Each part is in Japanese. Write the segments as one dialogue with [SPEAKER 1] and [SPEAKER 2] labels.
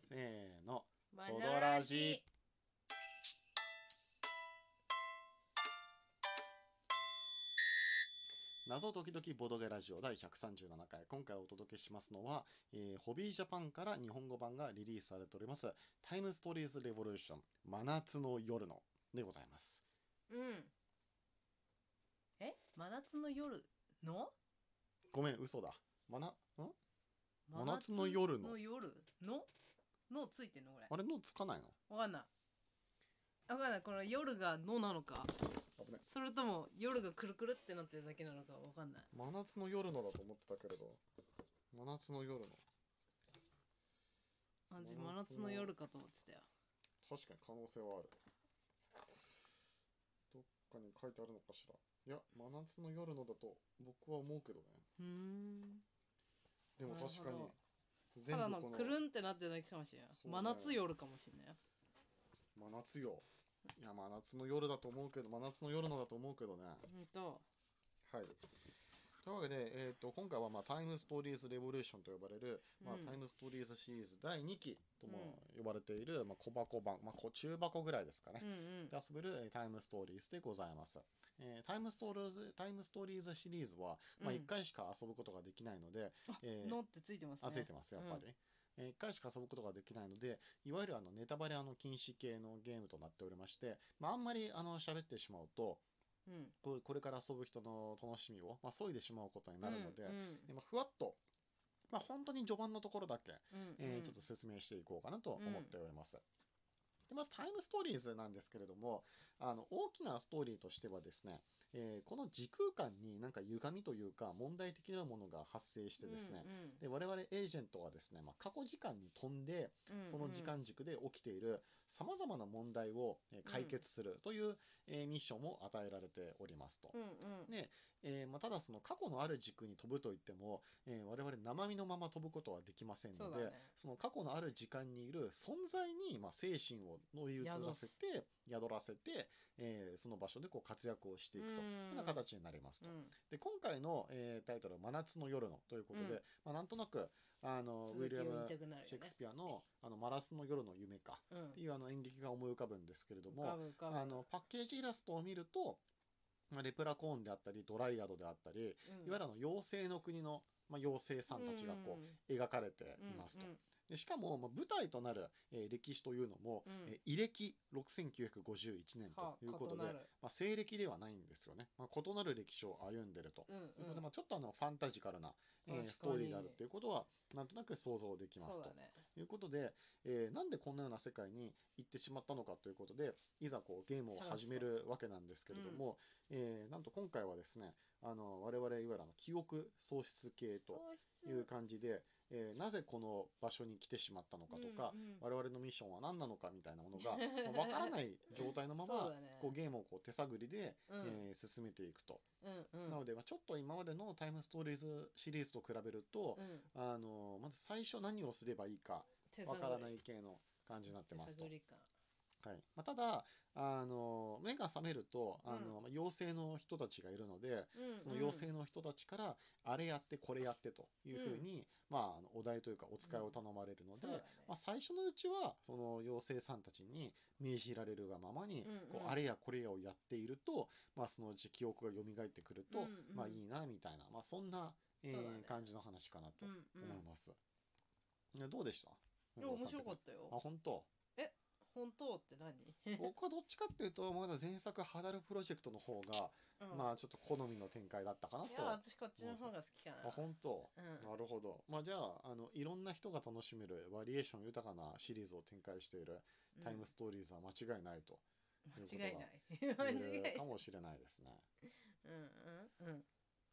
[SPEAKER 1] せーの。
[SPEAKER 2] マ
[SPEAKER 1] 踊らじ。謎時々ボドゲラジオ第137回。今回お届けしますのは、えーホビージャパンから日本語版がリリースされております、タイムストーリーズレボリューション、真夏の夜の、でございます。
[SPEAKER 2] うん。え真夏の夜の
[SPEAKER 1] ごめん、嘘だ。まな、ん真夏の夜の
[SPEAKER 2] 真夏の夜ののついてんのこれ。
[SPEAKER 1] あれのつかないの
[SPEAKER 2] わかんない。わかんない。この夜がのなのか、
[SPEAKER 1] 危ない。
[SPEAKER 2] それとも夜がくるくるってなってるだけなのかわかんない。
[SPEAKER 1] 真夏の夜のだと思ってたけれど、真夏の夜の。
[SPEAKER 2] マジ
[SPEAKER 1] 真
[SPEAKER 2] 真
[SPEAKER 1] 夏
[SPEAKER 2] 夏
[SPEAKER 1] の
[SPEAKER 2] の夜かと思ってたよ。
[SPEAKER 1] 確かに可能性はある。どっかに書いてあるのかしら。いや、真夏の夜のだと僕は思うけどね。
[SPEAKER 2] うーん。
[SPEAKER 1] でも確か
[SPEAKER 2] なる
[SPEAKER 1] に
[SPEAKER 2] ほど、
[SPEAKER 1] 全
[SPEAKER 2] ただ
[SPEAKER 1] 部
[SPEAKER 2] の
[SPEAKER 1] この
[SPEAKER 2] くるんってなってるだけかもしれない。
[SPEAKER 1] そうね
[SPEAKER 2] 真夏夜かもしれないよ。
[SPEAKER 1] 真夏よ。いや、真夏の夜だと思うけど、真夏の夜のだと思うけどね。
[SPEAKER 2] うんと。
[SPEAKER 1] はい。というわけで、えー、と今回は、まあ、タイムストーリーズ・レボリューションと呼ばれる、まあ
[SPEAKER 2] うん
[SPEAKER 1] タイムストーリーズシリーズ第2期とも呼ばれている、まあ、小箱版、まあ、小中箱ぐらいですかね
[SPEAKER 2] う。んうん
[SPEAKER 1] で。遊べるえータイムストーリーズでございます。えータイムストーリーズタイムストーリーズシリーズは、まあ、
[SPEAKER 2] うん
[SPEAKER 1] 1回しか遊ぶことができないので、
[SPEAKER 2] あ
[SPEAKER 1] えー
[SPEAKER 2] のってついてますね。
[SPEAKER 1] 焦ってます、やっぱり。えー1回しか遊ぶことができないので、いわゆるあのネタバレあの禁止系のゲームとなっておりまして、まあ、あんまりあの喋ってしまうと、
[SPEAKER 2] うん。
[SPEAKER 1] こうこれから遊ぶ人の楽しみを、まあ、削いでしまうことになるので、
[SPEAKER 2] うん
[SPEAKER 1] でまあふわっと、まあ、本当に序盤のところだけ、
[SPEAKER 2] うん
[SPEAKER 1] えー
[SPEAKER 2] うん
[SPEAKER 1] ちょっと説明していこうかなと思っております。でまずタイムストーリーズなんですけれども、あの大きなストーリーとしてはですね、えーこの時空間になんか歪みというか問題的なものが発生してですね、で我々エージェントはですね、まあ、過去時間に飛んで、
[SPEAKER 2] うんうん
[SPEAKER 1] その時間軸で起きているさまざまな問題をえー解決するという、えーミッションも与えられておりますと。
[SPEAKER 2] うんうん
[SPEAKER 1] ねえーまあ、ただその過去のある軸に飛ぶといっても、えー我々生身のまま飛ぶことはできませんので
[SPEAKER 2] そうだ
[SPEAKER 1] そ
[SPEAKER 2] ね
[SPEAKER 1] の過去のある時間にいる存在に、まあ、精神を乗り移らせて宿らせて、えーその場所でこう活躍をしていくというような形になりますと。
[SPEAKER 2] うん
[SPEAKER 1] で今回の、えータイトルは「真夏の夜の」ということで、
[SPEAKER 2] うん
[SPEAKER 1] まあ、なんとなくあのウィ
[SPEAKER 2] 続き
[SPEAKER 1] リア
[SPEAKER 2] を言い
[SPEAKER 1] ム・
[SPEAKER 2] たくなるよね
[SPEAKER 1] シェイクスピアの「あのマラスの夜の夢か」
[SPEAKER 2] うん
[SPEAKER 1] っていうあの演劇が思い浮かぶんですけれど
[SPEAKER 2] 浮か
[SPEAKER 1] も
[SPEAKER 2] ぶ浮かぶ
[SPEAKER 1] あのパッケージイラストを見るとまあレプラコーンであったりドライアドであったり
[SPEAKER 2] う
[SPEAKER 1] い
[SPEAKER 2] ん
[SPEAKER 1] わゆるあの妖精の国の、まあ、妖精さんたちがこう描かれて
[SPEAKER 2] うん
[SPEAKER 1] いますと
[SPEAKER 2] うん
[SPEAKER 1] でしかも、まあ、舞台となる、えー歴史というのも、
[SPEAKER 2] うん
[SPEAKER 1] えー異歴6951年
[SPEAKER 2] は
[SPEAKER 1] ということ
[SPEAKER 2] 異
[SPEAKER 1] で、
[SPEAKER 2] なる
[SPEAKER 1] まあ、西暦ではないんですよね、まあ、異なる歴史を歩んでると。
[SPEAKER 2] うん
[SPEAKER 1] ということ
[SPEAKER 2] う
[SPEAKER 1] で
[SPEAKER 2] ん
[SPEAKER 1] まあ、ちょっとあのファンタジカルな、えー
[SPEAKER 2] 確かに
[SPEAKER 1] ストーリーであるということはなんとなく想像できます
[SPEAKER 2] そう
[SPEAKER 1] と
[SPEAKER 2] だね
[SPEAKER 1] いうことで、えーなんでこんなような世界に行ってしまったのかということでいざこうゲームを始めるわけなんですけれども、えーなんと今回はですねあの我々いわゆるあの記憶喪失系と
[SPEAKER 2] 喪失
[SPEAKER 1] いう感じで、えーなぜこの場所に来てしまったのかとか、
[SPEAKER 2] うんうん
[SPEAKER 1] 我々のミッションは何なのかみたいなもの が、まあ、分からない状態のま
[SPEAKER 2] そう
[SPEAKER 1] ま
[SPEAKER 2] だね
[SPEAKER 1] こうゲームをこう手探りで、
[SPEAKER 2] うん
[SPEAKER 1] えー進めていくと。
[SPEAKER 2] うんうん
[SPEAKER 1] なので、まあ、ちょっと今までのタイムストーリーズシリーズと比べると、
[SPEAKER 2] うん
[SPEAKER 1] あのまず最初何をすればいいか
[SPEAKER 2] 手
[SPEAKER 1] わ
[SPEAKER 2] 探り
[SPEAKER 1] からない系の感じになってますと
[SPEAKER 2] 手。探り感
[SPEAKER 1] はいまあ、ただあの、目が覚めるとあ
[SPEAKER 2] う
[SPEAKER 1] の、まあ妖精の人たちがいるので、
[SPEAKER 2] うんうん
[SPEAKER 1] その妖精の人たちから、あれやって、これやってというふうに、まああの、お題というか、お使いを頼まれるので、
[SPEAKER 2] そうだね
[SPEAKER 1] まあ、最初のうちは、その妖精さんたちに命じられるがままに、
[SPEAKER 2] うん
[SPEAKER 1] こ
[SPEAKER 2] う
[SPEAKER 1] うんあれやこれやをやっていると、まあ、そのうち記憶が蘇ってくると、
[SPEAKER 2] うんうん
[SPEAKER 1] まあ、いいなみたいな、まあ、そんな、えー
[SPEAKER 2] そうだね
[SPEAKER 1] 感じの話かなと
[SPEAKER 2] うんうん
[SPEAKER 1] 思います。ねどうでした
[SPEAKER 2] いや面白かった
[SPEAKER 1] あ
[SPEAKER 2] よ
[SPEAKER 1] 本 当
[SPEAKER 2] 本当って何
[SPEAKER 1] 僕はどっちかっていうとまだ前作「ハダルプロジェクト」の方が、
[SPEAKER 2] うん
[SPEAKER 1] まあちょっと好みの展開だったかないと
[SPEAKER 2] や私こっちの方が好きかな
[SPEAKER 1] あ本当
[SPEAKER 2] うん
[SPEAKER 1] なるほど。まあじゃあ、あの、いろんな人が楽しめるバリエーション豊かなシリーズを展開しているタイムストーリーズは間違いないと
[SPEAKER 2] うん間違い ない
[SPEAKER 1] 言
[SPEAKER 2] 間違いな
[SPEAKER 1] える
[SPEAKER 2] い
[SPEAKER 1] かもしれないですね。
[SPEAKER 2] うんうんうん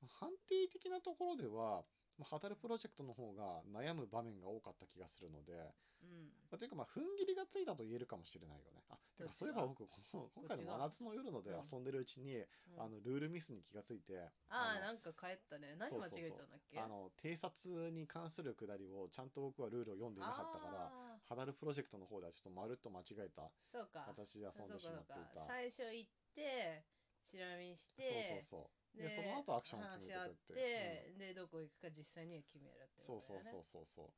[SPEAKER 1] 判定的なところでは、まあハタルプロジェクトの方が悩む場面が多かった気がするので、
[SPEAKER 2] うん
[SPEAKER 1] まあ、というかまあ、踏ん切りがついたと言えるかもしれないよね。あ、てか
[SPEAKER 2] どっ
[SPEAKER 1] そ
[SPEAKER 2] ちが
[SPEAKER 1] ういえば僕、この今回の
[SPEAKER 2] こっち
[SPEAKER 1] 真
[SPEAKER 2] が
[SPEAKER 1] 夏の夜ので
[SPEAKER 2] うん
[SPEAKER 1] 遊んでるうちに、
[SPEAKER 2] うん
[SPEAKER 1] あの、ルールミスに気がついて、
[SPEAKER 2] あ
[SPEAKER 1] あの
[SPEAKER 2] あなんか帰ったね何
[SPEAKER 1] そう
[SPEAKER 2] 間
[SPEAKER 1] そうそう
[SPEAKER 2] 違えたんだっけ
[SPEAKER 1] あの、偵察に関するくだりをちゃんと僕はルールを読んでいなかったから、
[SPEAKER 2] あ
[SPEAKER 1] ハダルプロジェクトの方ではちょっとまるっと間違えた
[SPEAKER 2] ーそうか
[SPEAKER 1] 形で遊んでしまってい
[SPEAKER 2] そうかそう
[SPEAKER 1] た
[SPEAKER 2] か。最初行ってチラ見し
[SPEAKER 1] そうそう
[SPEAKER 2] て
[SPEAKER 1] そう。で
[SPEAKER 2] で
[SPEAKER 1] その後アクションを決めてくって
[SPEAKER 2] 話し合って、でどこ行くか実際には決めるって
[SPEAKER 1] そう
[SPEAKER 2] こと
[SPEAKER 1] そ
[SPEAKER 2] だ
[SPEAKER 1] う
[SPEAKER 2] よね
[SPEAKER 1] そうそうそう。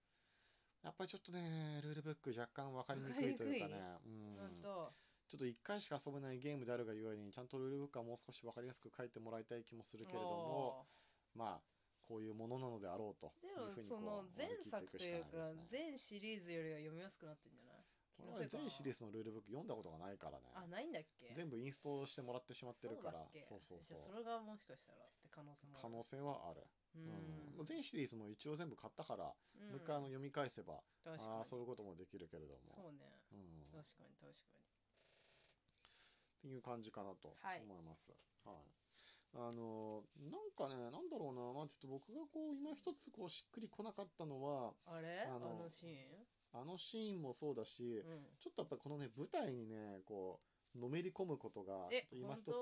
[SPEAKER 1] やっぱりちょっとね、ルールブック若干分かりにくいというかね
[SPEAKER 2] わか、
[SPEAKER 1] う、
[SPEAKER 2] うんんと、
[SPEAKER 1] ちょっと1回しか遊べないゲームであるがゆえに、ちゃんとルールブックはもう少し分かりやすく書いてもらいたい気もするけれども、
[SPEAKER 2] おー
[SPEAKER 1] まあ、こういうものなのであろうと
[SPEAKER 2] で
[SPEAKER 1] いうふう
[SPEAKER 2] も
[SPEAKER 1] に
[SPEAKER 2] その
[SPEAKER 1] こう
[SPEAKER 2] 前
[SPEAKER 1] 割り切ってい
[SPEAKER 2] 作
[SPEAKER 1] く
[SPEAKER 2] と
[SPEAKER 1] し
[SPEAKER 2] いう
[SPEAKER 1] かないで
[SPEAKER 2] か
[SPEAKER 1] すね。
[SPEAKER 2] 全シリーズよりは読みやすくなってんじゃない
[SPEAKER 1] これは全シリーズのルールブック読んだことがないからね。
[SPEAKER 2] あないんだっけ
[SPEAKER 1] 全部インストしてもらってしまってるから
[SPEAKER 2] そうだっ、け
[SPEAKER 1] そうそう
[SPEAKER 2] じゃあ
[SPEAKER 1] そ。
[SPEAKER 2] そうれがもしかしたらって可能性もある
[SPEAKER 1] 可能性はある。
[SPEAKER 2] う
[SPEAKER 1] うん。
[SPEAKER 2] ん
[SPEAKER 1] 全シリーズも一応全部買ったから、も
[SPEAKER 2] うん
[SPEAKER 1] う一回あの読み返せば、
[SPEAKER 2] 確か
[SPEAKER 1] ああ、
[SPEAKER 2] に
[SPEAKER 1] そういうこともできるけれど
[SPEAKER 2] そ
[SPEAKER 1] も。
[SPEAKER 2] うね
[SPEAKER 1] うん。っ
[SPEAKER 2] 確かに確か
[SPEAKER 1] ていう感じかなと
[SPEAKER 2] はい
[SPEAKER 1] 思います。はい。あのー、なんかね、なんだろうな、まあちょっと僕がこう、今一つこう、しっくりこなかったのは、
[SPEAKER 2] にあれ
[SPEAKER 1] あ
[SPEAKER 2] あ
[SPEAKER 1] の
[SPEAKER 2] のシー
[SPEAKER 1] あのシーンもそうだし、
[SPEAKER 2] ン、うん、
[SPEAKER 1] ちょっとやっぱこのね、舞台にね、こう、のめり込むことが、ちょ
[SPEAKER 2] え
[SPEAKER 1] っと今一
[SPEAKER 2] 本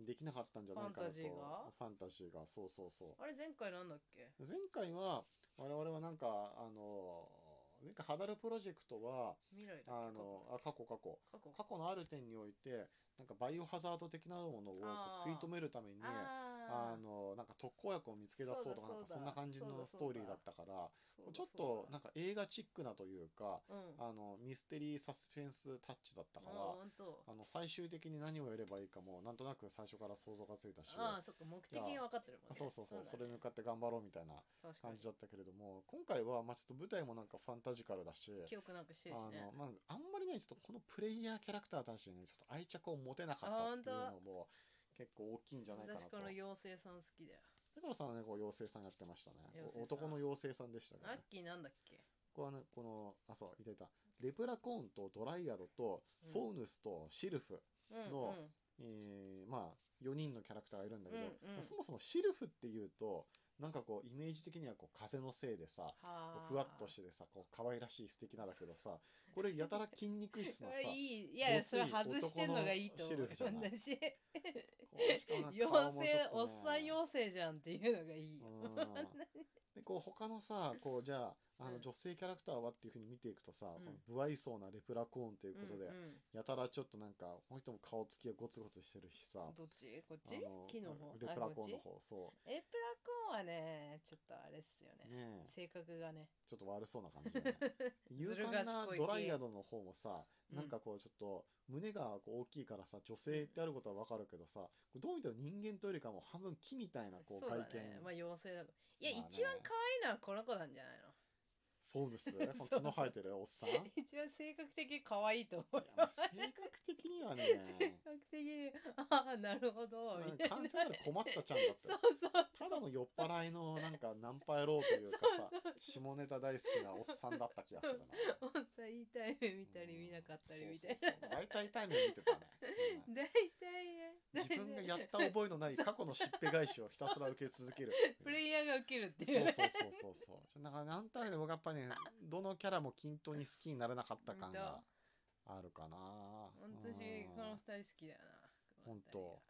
[SPEAKER 1] つできなかったんじゃないかなと。
[SPEAKER 2] ファンタジーが
[SPEAKER 1] ファンタジーが、そうそうそ
[SPEAKER 2] あれ前回なんだっけ
[SPEAKER 1] う。前回は、我々はなんか、あの、なんか、ハダルプロジェクトは、
[SPEAKER 2] 未来だっけ
[SPEAKER 1] あの、あ、過去過去。
[SPEAKER 2] 過去
[SPEAKER 1] 過去のある点において、なんかバイオハザード的なものをこう
[SPEAKER 2] あー
[SPEAKER 1] 食い止めるために、
[SPEAKER 2] あ
[SPEAKER 1] あの、なんか特効薬を見つけ出そうとか、
[SPEAKER 2] そ
[SPEAKER 1] な
[SPEAKER 2] うんだ
[SPEAKER 1] かそんな感じ
[SPEAKER 2] そうだ
[SPEAKER 1] の
[SPEAKER 2] そ
[SPEAKER 1] ス
[SPEAKER 2] うだ
[SPEAKER 1] トーリーだったから、
[SPEAKER 2] ー
[SPEAKER 1] ちょっとなんか映画チックなというか、
[SPEAKER 2] うんあ
[SPEAKER 1] あの、ミステリーサスペンスタッチだったから、
[SPEAKER 2] ほんと
[SPEAKER 1] あの最終的に何をやればいいかもなんとなく最初から想像がついたし
[SPEAKER 2] ああそっか目的が分かってるもんね
[SPEAKER 1] そうそうそうそれに向
[SPEAKER 2] か
[SPEAKER 1] かって頑張ろうみたいな
[SPEAKER 2] 確か
[SPEAKER 1] 感
[SPEAKER 2] に
[SPEAKER 1] じだったけれども今回はまあちょっと舞台もなんかファンタジカルだし
[SPEAKER 2] 記憶なくし
[SPEAKER 1] あ
[SPEAKER 2] てるしね
[SPEAKER 1] のまああんまりねちょっとこのプレイヤーキャラクターたちにねちょっと愛着を持てなかったっていうのも結構大きいんじゃないかな
[SPEAKER 2] 私
[SPEAKER 1] と
[SPEAKER 2] この妖精さん好きだよ
[SPEAKER 1] だからさんはねこう妖精さんやってましたね
[SPEAKER 2] 妖精
[SPEAKER 1] お
[SPEAKER 2] さん
[SPEAKER 1] 男の妖精さんでした
[SPEAKER 2] アッ
[SPEAKER 1] ね
[SPEAKER 2] キーなんだっけ
[SPEAKER 1] ここはねこのあそういたいたレプラコーンとドライアドと
[SPEAKER 2] うん
[SPEAKER 1] フォーヌスとシルフ、
[SPEAKER 2] うん
[SPEAKER 1] の
[SPEAKER 2] うん
[SPEAKER 1] えーまあ、4人のキャラクターがいるんだけど、
[SPEAKER 2] うんうん
[SPEAKER 1] まあそもそもシルフっていうとなんかこうイメージ的にはこう風のせいでさこ
[SPEAKER 2] は
[SPEAKER 1] う
[SPEAKER 2] あ
[SPEAKER 1] ふわっとしててさこう可愛らしい素敵なだけどさこれやたら筋肉 質なさ
[SPEAKER 2] いいいやいやそれ外してんのがいいと思
[SPEAKER 1] ご
[SPEAKER 2] う
[SPEAKER 1] つい男のシルフ
[SPEAKER 2] 私
[SPEAKER 1] こうしかもなんか
[SPEAKER 2] 妖
[SPEAKER 1] 顔もち
[SPEAKER 2] 精
[SPEAKER 1] ょ
[SPEAKER 2] お
[SPEAKER 1] っ
[SPEAKER 2] っ
[SPEAKER 1] とね
[SPEAKER 2] さん妖精じゃんっていうのがいいよ
[SPEAKER 1] うんでこう他のさこうじゃああ
[SPEAKER 2] う
[SPEAKER 1] の
[SPEAKER 2] ん
[SPEAKER 1] 女性キャラクターはっていうふうに見ていくとさ、
[SPEAKER 2] うん
[SPEAKER 1] この不愛想なレプラコーンということで、
[SPEAKER 2] うんうん
[SPEAKER 1] やたらちょっとなんかこの人も顔つきがゴツゴツしてるしさ
[SPEAKER 2] どっちこっち
[SPEAKER 1] あの
[SPEAKER 2] 木の方
[SPEAKER 1] レプラコ
[SPEAKER 2] あこ
[SPEAKER 1] ーン
[SPEAKER 2] っち
[SPEAKER 1] の方そう
[SPEAKER 2] エプラコーンはねちょっとあれっすよね
[SPEAKER 1] ねえ
[SPEAKER 2] 性格がね
[SPEAKER 1] ちょっと悪そうな感じだね。勇
[SPEAKER 2] ずる
[SPEAKER 1] 敢な
[SPEAKER 2] 賢い系
[SPEAKER 1] ドライアドの方もさ、
[SPEAKER 2] うん
[SPEAKER 1] なんかこうちょっと胸がこう大きいからさ、女性ってあることはわかるけどさ、どう見ても人間というよりかも半分木みたいなこ
[SPEAKER 2] そうう
[SPEAKER 1] 外
[SPEAKER 2] だ
[SPEAKER 1] 見、
[SPEAKER 2] ねまあ妖精だからいや
[SPEAKER 1] まあね
[SPEAKER 2] 一番可愛いのはこの子なんじゃないの
[SPEAKER 1] フォーム ス、この角生えてるおっさん。い
[SPEAKER 2] 一番性格的に可愛いと思う
[SPEAKER 1] やまあ性格的にはね、
[SPEAKER 2] 性格的にああなるほ
[SPEAKER 1] まあ
[SPEAKER 2] どみたいな
[SPEAKER 1] 完全なる困ったちゃんだっ
[SPEAKER 2] そう
[SPEAKER 1] たよ。
[SPEAKER 2] そう
[SPEAKER 1] ただの酔っ払いのなんかナンパ野郎というかさ、下ネタ大好きなおっさんだった気がするな。
[SPEAKER 2] 本当はいいタイム見たり見なかったりみたいな
[SPEAKER 1] な。大体タイム見てたね。うん
[SPEAKER 2] 大体ね
[SPEAKER 1] 自分がやった覚えのない過去のしっぺ返しをひたすら受け続ける。
[SPEAKER 2] プレイヤーが受けるって
[SPEAKER 1] そ
[SPEAKER 2] いううね
[SPEAKER 1] そうそうそうそう。だからなんとなくね僕やっぱね、どのキャラも均等に好きになれなかった感があるかな。
[SPEAKER 2] 私
[SPEAKER 1] うん
[SPEAKER 2] この二人好きだよな
[SPEAKER 1] ほんと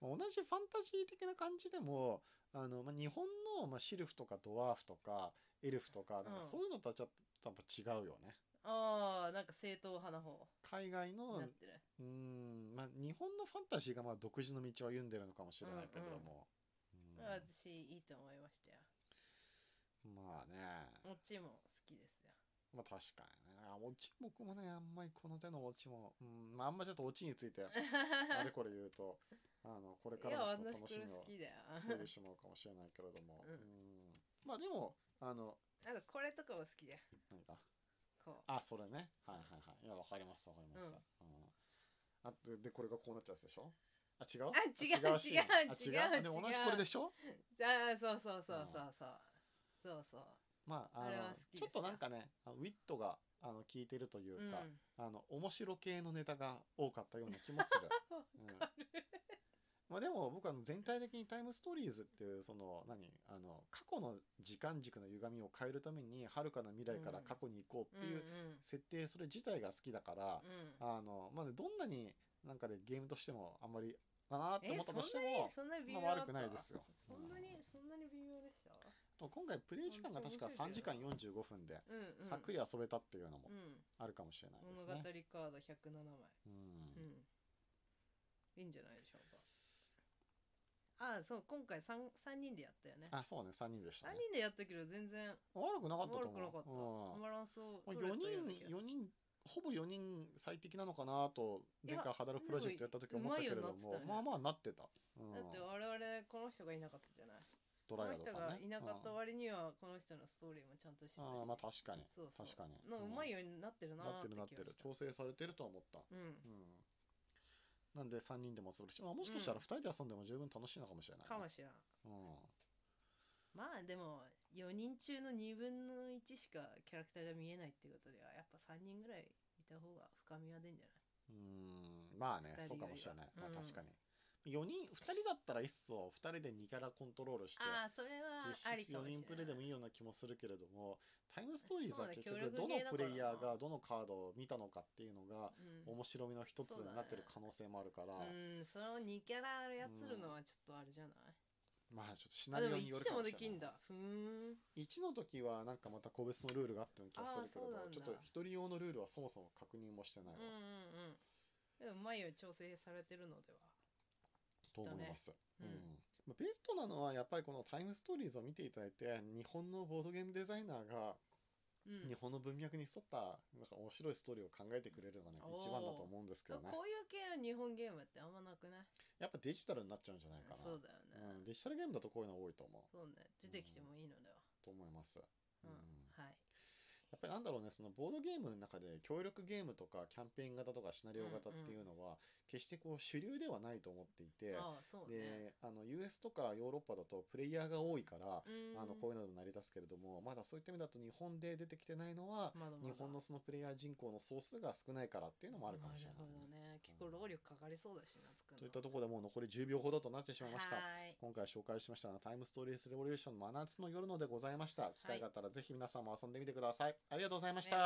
[SPEAKER 1] 同じファンタジー的な感じでも、あのまあ、日本の、まあ、シルフとかドワーフとかエルフとか、なんか
[SPEAKER 2] うん
[SPEAKER 1] そういうのとはちょっとやっぱ違うよね。
[SPEAKER 2] ああなんか正統派な方
[SPEAKER 1] 海外の
[SPEAKER 2] にな、ってる、
[SPEAKER 1] うん、まあ、日本のファンタジーがまあ独自の道を歩んでるのかもしれないけれども。うん
[SPEAKER 2] 私いいと思いましたよ
[SPEAKER 1] まあね。
[SPEAKER 2] もちも好きですよ
[SPEAKER 1] まあ確かにね。あ、オチ、僕もね、あんまりこの手のオチも、うん、まああんまちょっとオチに ついて、あれこれ言うと、あの、これか
[SPEAKER 2] いや
[SPEAKER 1] らの
[SPEAKER 2] 私
[SPEAKER 1] 楽
[SPEAKER 2] こ
[SPEAKER 1] し
[SPEAKER 2] れ
[SPEAKER 1] み
[SPEAKER 2] 好
[SPEAKER 1] を
[SPEAKER 2] きだよ
[SPEAKER 1] 削いでしまうかもしれないけれども、
[SPEAKER 2] うん
[SPEAKER 1] うんまあでも、あの、
[SPEAKER 2] あとこれとかも好きだよ
[SPEAKER 1] 何か、
[SPEAKER 2] こう
[SPEAKER 1] あ、それね。はいはいはい。いや、わかります、わかります。
[SPEAKER 2] うん
[SPEAKER 1] うんあで、で、これがこうなっちゃうやつでしょあ、違う
[SPEAKER 2] あ違う
[SPEAKER 1] あシーン
[SPEAKER 2] 違う
[SPEAKER 1] あ
[SPEAKER 2] 違う
[SPEAKER 1] あで
[SPEAKER 2] 違う
[SPEAKER 1] も同じこれでしょ
[SPEAKER 2] ああそうそうそうそうそうそうそう
[SPEAKER 1] まあ、あ
[SPEAKER 2] あれ
[SPEAKER 1] の
[SPEAKER 2] は好きです
[SPEAKER 1] ちょ
[SPEAKER 2] よ
[SPEAKER 1] っとなんかね、あウィットが、あの、効いてるといううか、
[SPEAKER 2] ん
[SPEAKER 1] あの、面白系のネタが多かったような気も する。うんまあでも僕はあの全体的にタイムストーリーズっていうその何あの過去の時間軸の歪みを変えるために遥かな未来から過去に行こうっていううん設定それ自体が好きだから
[SPEAKER 2] うんうん
[SPEAKER 1] あのまあねどんなになんかでゲームとしてもあんまりだなって
[SPEAKER 2] え
[SPEAKER 1] 思ったとしても
[SPEAKER 2] そんなにそんなに微
[SPEAKER 1] ま
[SPEAKER 2] 妙
[SPEAKER 1] あ悪
[SPEAKER 2] だった
[SPEAKER 1] くないですよ。
[SPEAKER 2] そんなにそんなに微妙でした
[SPEAKER 1] と今回プレイ時間が確か3時間45分で
[SPEAKER 2] うんうん
[SPEAKER 1] さっくり遊べたっていうのも
[SPEAKER 2] うん
[SPEAKER 1] あるかもしれないです
[SPEAKER 2] 物語
[SPEAKER 1] ね。
[SPEAKER 2] カード107枚
[SPEAKER 1] う
[SPEAKER 2] うんんいいんじゃないでしょうかああそう今回 3, 3人でやったよね
[SPEAKER 1] あ、そうね、3人でした
[SPEAKER 2] 3
[SPEAKER 1] ね。
[SPEAKER 2] 人でやったけど全然
[SPEAKER 1] 悪くなかったと
[SPEAKER 2] 悪
[SPEAKER 1] 思
[SPEAKER 2] く
[SPEAKER 1] う。
[SPEAKER 2] なかった、
[SPEAKER 1] うん
[SPEAKER 2] バランスを
[SPEAKER 1] まあ
[SPEAKER 2] 取れ
[SPEAKER 1] 4
[SPEAKER 2] たような
[SPEAKER 1] 人、
[SPEAKER 2] 気が
[SPEAKER 1] 4
[SPEAKER 2] する
[SPEAKER 1] 人、ほぼ4人最適なのかなと、
[SPEAKER 2] い
[SPEAKER 1] 前
[SPEAKER 2] や
[SPEAKER 1] 回ハダルプロジェクトやった時思ったけれど
[SPEAKER 2] なんかうまいよう
[SPEAKER 1] も、
[SPEAKER 2] に
[SPEAKER 1] ま
[SPEAKER 2] な
[SPEAKER 1] あ
[SPEAKER 2] ってたよね
[SPEAKER 1] まあなってた。うん
[SPEAKER 2] だって我々この人がいなかったじゃない
[SPEAKER 1] ド
[SPEAKER 2] こ
[SPEAKER 1] ライ
[SPEAKER 2] の
[SPEAKER 1] ヤード
[SPEAKER 2] 人
[SPEAKER 1] さん
[SPEAKER 2] が
[SPEAKER 1] ね。
[SPEAKER 2] いなかった
[SPEAKER 1] うん
[SPEAKER 2] 割にはこの人のストーリーもちゃんとしてたし
[SPEAKER 1] ああ、まあ確かに。
[SPEAKER 2] そうそう
[SPEAKER 1] 確かに。
[SPEAKER 2] なんかうまい
[SPEAKER 1] よ
[SPEAKER 2] ようになってるな
[SPEAKER 1] な
[SPEAKER 2] ー
[SPEAKER 1] っ
[SPEAKER 2] ってて
[SPEAKER 1] る
[SPEAKER 2] 気
[SPEAKER 1] な
[SPEAKER 2] が
[SPEAKER 1] ってる
[SPEAKER 2] し。た
[SPEAKER 1] 調整されてるとは思った。
[SPEAKER 2] うん
[SPEAKER 1] うん。なんで3人でも遊べるし、まあもしかしたら
[SPEAKER 2] う
[SPEAKER 1] 2人で遊んでも十分楽しいのかもしれないね。
[SPEAKER 2] かもしれん
[SPEAKER 1] うん。
[SPEAKER 2] まあでも4人中の2分の1しかキャラクターが見えないっていうことではやっぱ3人ぐらいいた方が深みは出んじゃないう
[SPEAKER 1] ーん、まあね、
[SPEAKER 2] 二人
[SPEAKER 1] そうかも
[SPEAKER 2] より
[SPEAKER 1] しれ
[SPEAKER 2] は
[SPEAKER 1] ない。まあ
[SPEAKER 2] うん
[SPEAKER 1] 確かに。4人、2人だったらいっそ、2人で2キャラコントロールして、
[SPEAKER 2] ああそれは
[SPEAKER 1] 実
[SPEAKER 2] あり
[SPEAKER 1] 質4
[SPEAKER 2] かもしれ
[SPEAKER 1] 人プレイで
[SPEAKER 2] ない
[SPEAKER 1] もいいような気もするけれども、タイムストーリーズは
[SPEAKER 2] そうね
[SPEAKER 1] 結局、どの
[SPEAKER 2] 協力ゲーだ
[SPEAKER 1] プ
[SPEAKER 2] から
[SPEAKER 1] レイヤーが
[SPEAKER 2] な
[SPEAKER 1] どのカードを見たのかっていうのが、
[SPEAKER 2] うん
[SPEAKER 1] 面白みの一つ
[SPEAKER 2] そう
[SPEAKER 1] に
[SPEAKER 2] だね
[SPEAKER 1] なってる可能性もあるから、
[SPEAKER 2] うんその2キャラやつるのはちょっとあれじゃない、
[SPEAKER 1] まあちょっとシナ
[SPEAKER 2] あ
[SPEAKER 1] リ
[SPEAKER 2] で
[SPEAKER 1] オ
[SPEAKER 2] も
[SPEAKER 1] によ
[SPEAKER 2] 1
[SPEAKER 1] る
[SPEAKER 2] で
[SPEAKER 1] かもしれ
[SPEAKER 2] もで
[SPEAKER 1] ない。
[SPEAKER 2] き
[SPEAKER 1] 1
[SPEAKER 2] んだふーん
[SPEAKER 1] の時はなんかまた個別のルールがあったような気がするけれ
[SPEAKER 2] あーそうな
[SPEAKER 1] ど、ち
[SPEAKER 2] ん
[SPEAKER 1] ょ
[SPEAKER 2] だ
[SPEAKER 1] っと1人用のルールはそもそも確認もしてない
[SPEAKER 2] う
[SPEAKER 1] わ、
[SPEAKER 2] んうんうんでもうまいように調整されてるのでは
[SPEAKER 1] と思
[SPEAKER 2] きっと
[SPEAKER 1] い
[SPEAKER 2] ね
[SPEAKER 1] ます。
[SPEAKER 2] うん
[SPEAKER 1] まあベストなのはやっぱりこのタイムストーリーズを見ていただいて日本のボードゲームデザイナーが
[SPEAKER 2] うん
[SPEAKER 1] 日本の文脈に沿ったなんか面白いストーリーを考えてくれるのがね
[SPEAKER 2] おー
[SPEAKER 1] 一番だと思うんですけどね
[SPEAKER 2] こういう系の日本ゲームってあんまなくない
[SPEAKER 1] やっぱデジタルになっちゃうんじゃないかな
[SPEAKER 2] そうだよ
[SPEAKER 1] う
[SPEAKER 2] ね、
[SPEAKER 1] んデジタルゲームだとこういうの多いと思う
[SPEAKER 2] そうね出てきてもいいのでは
[SPEAKER 1] と思います
[SPEAKER 2] うん、
[SPEAKER 1] うん
[SPEAKER 2] はい
[SPEAKER 1] やっぱりなんだろうねそのボードゲームの中で協力ゲームとかキャンペーン型とかシナリオ型っていうのは決してこう主流ではないと思っていて
[SPEAKER 2] ああそうね
[SPEAKER 1] であの US とかヨーロッパだとプレイヤーが多いから
[SPEAKER 2] うん
[SPEAKER 1] あのこういうのでも成り立つけれども、まだそういった意味だと日本で出てきてないのは、
[SPEAKER 2] まだまだ
[SPEAKER 1] 日本のそのプレイヤー人口の総数が少ないからっていうのもあるかもしれない
[SPEAKER 2] なるほ
[SPEAKER 1] ね。
[SPEAKER 2] どね結構労力かかりそうだしな作るの
[SPEAKER 1] といったところでもう残り10秒ほどとなってしまいました
[SPEAKER 2] は。ーい
[SPEAKER 1] 今回紹介しましたのはタイムストーリーズレボリューション真夏の夜のでございました。機会があったらぜひ皆さんも遊んでみてください。ありがとうございました。